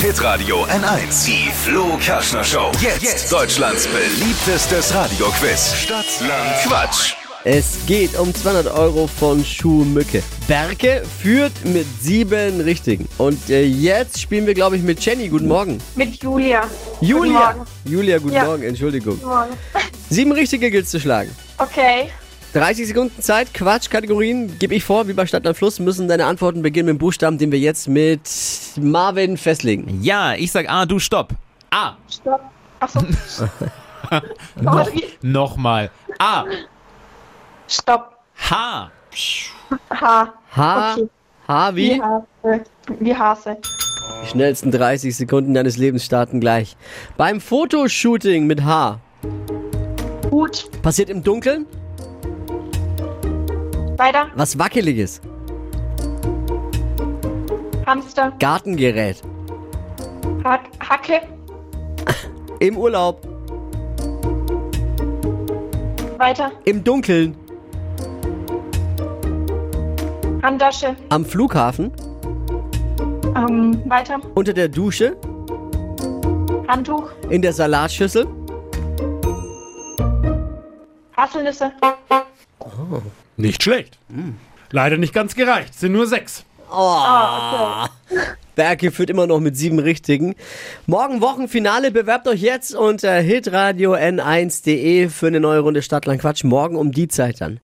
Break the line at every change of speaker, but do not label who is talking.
Hitradio N1. Die Flo Kaschner Show. Jetzt, Deutschlands beliebtestes Radioquiz. Stadt, Land, Quatsch.
Es geht um 200 Euro von Schuhmücke. Berke führt mit sieben Richtigen. Und äh, jetzt spielen wir, glaube ich, mit Jenny. Guten Morgen.
Mit Julia.
Julia.
Guten Morgen.
Julia, guten
Ja.
Morgen. Entschuldigung.
Guten Morgen.
Sieben Richtige gilt zu schlagen.
Okay.
30 Sekunden Zeit, Quatschkategorien gebe ich vor. Wie bei Stadt am Fluss müssen deine Antworten beginnen mit dem Buchstaben, den wir jetzt mit Marvin festlegen.
Ja, ich sag A, du stopp. A.
Stopp. Oh, Achso.
Noch,
Sorry.
nochmal. A.
Stopp.
H.
H.
H.
Okay.
H wie?
Wie Hase. Wie Hase.
Die schnellsten 30 Sekunden deines Lebens starten gleich. Beim Fotoshooting mit H.
Gut.
Passiert im Dunkeln
Weiter.
was Wackeliges.
Hamster.
Gartengerät.
Hack, Hacke.
Im Urlaub.
Weiter.
Im Dunkeln.
Handtasche.
Am Flughafen.
Ähm, weiter.
Unter der Dusche.
Handtuch.
In der Salatschüssel.
Haselnüsse.
Nicht schlecht. Leider nicht ganz gereicht. Sind nur sechs.
Berke führt immer noch mit sieben Richtigen. Morgen Wochenfinale. Bewerbt euch jetzt unter hitradio n1.de für eine neue Runde Stadtland Quatsch. Morgen um die Zeit dann.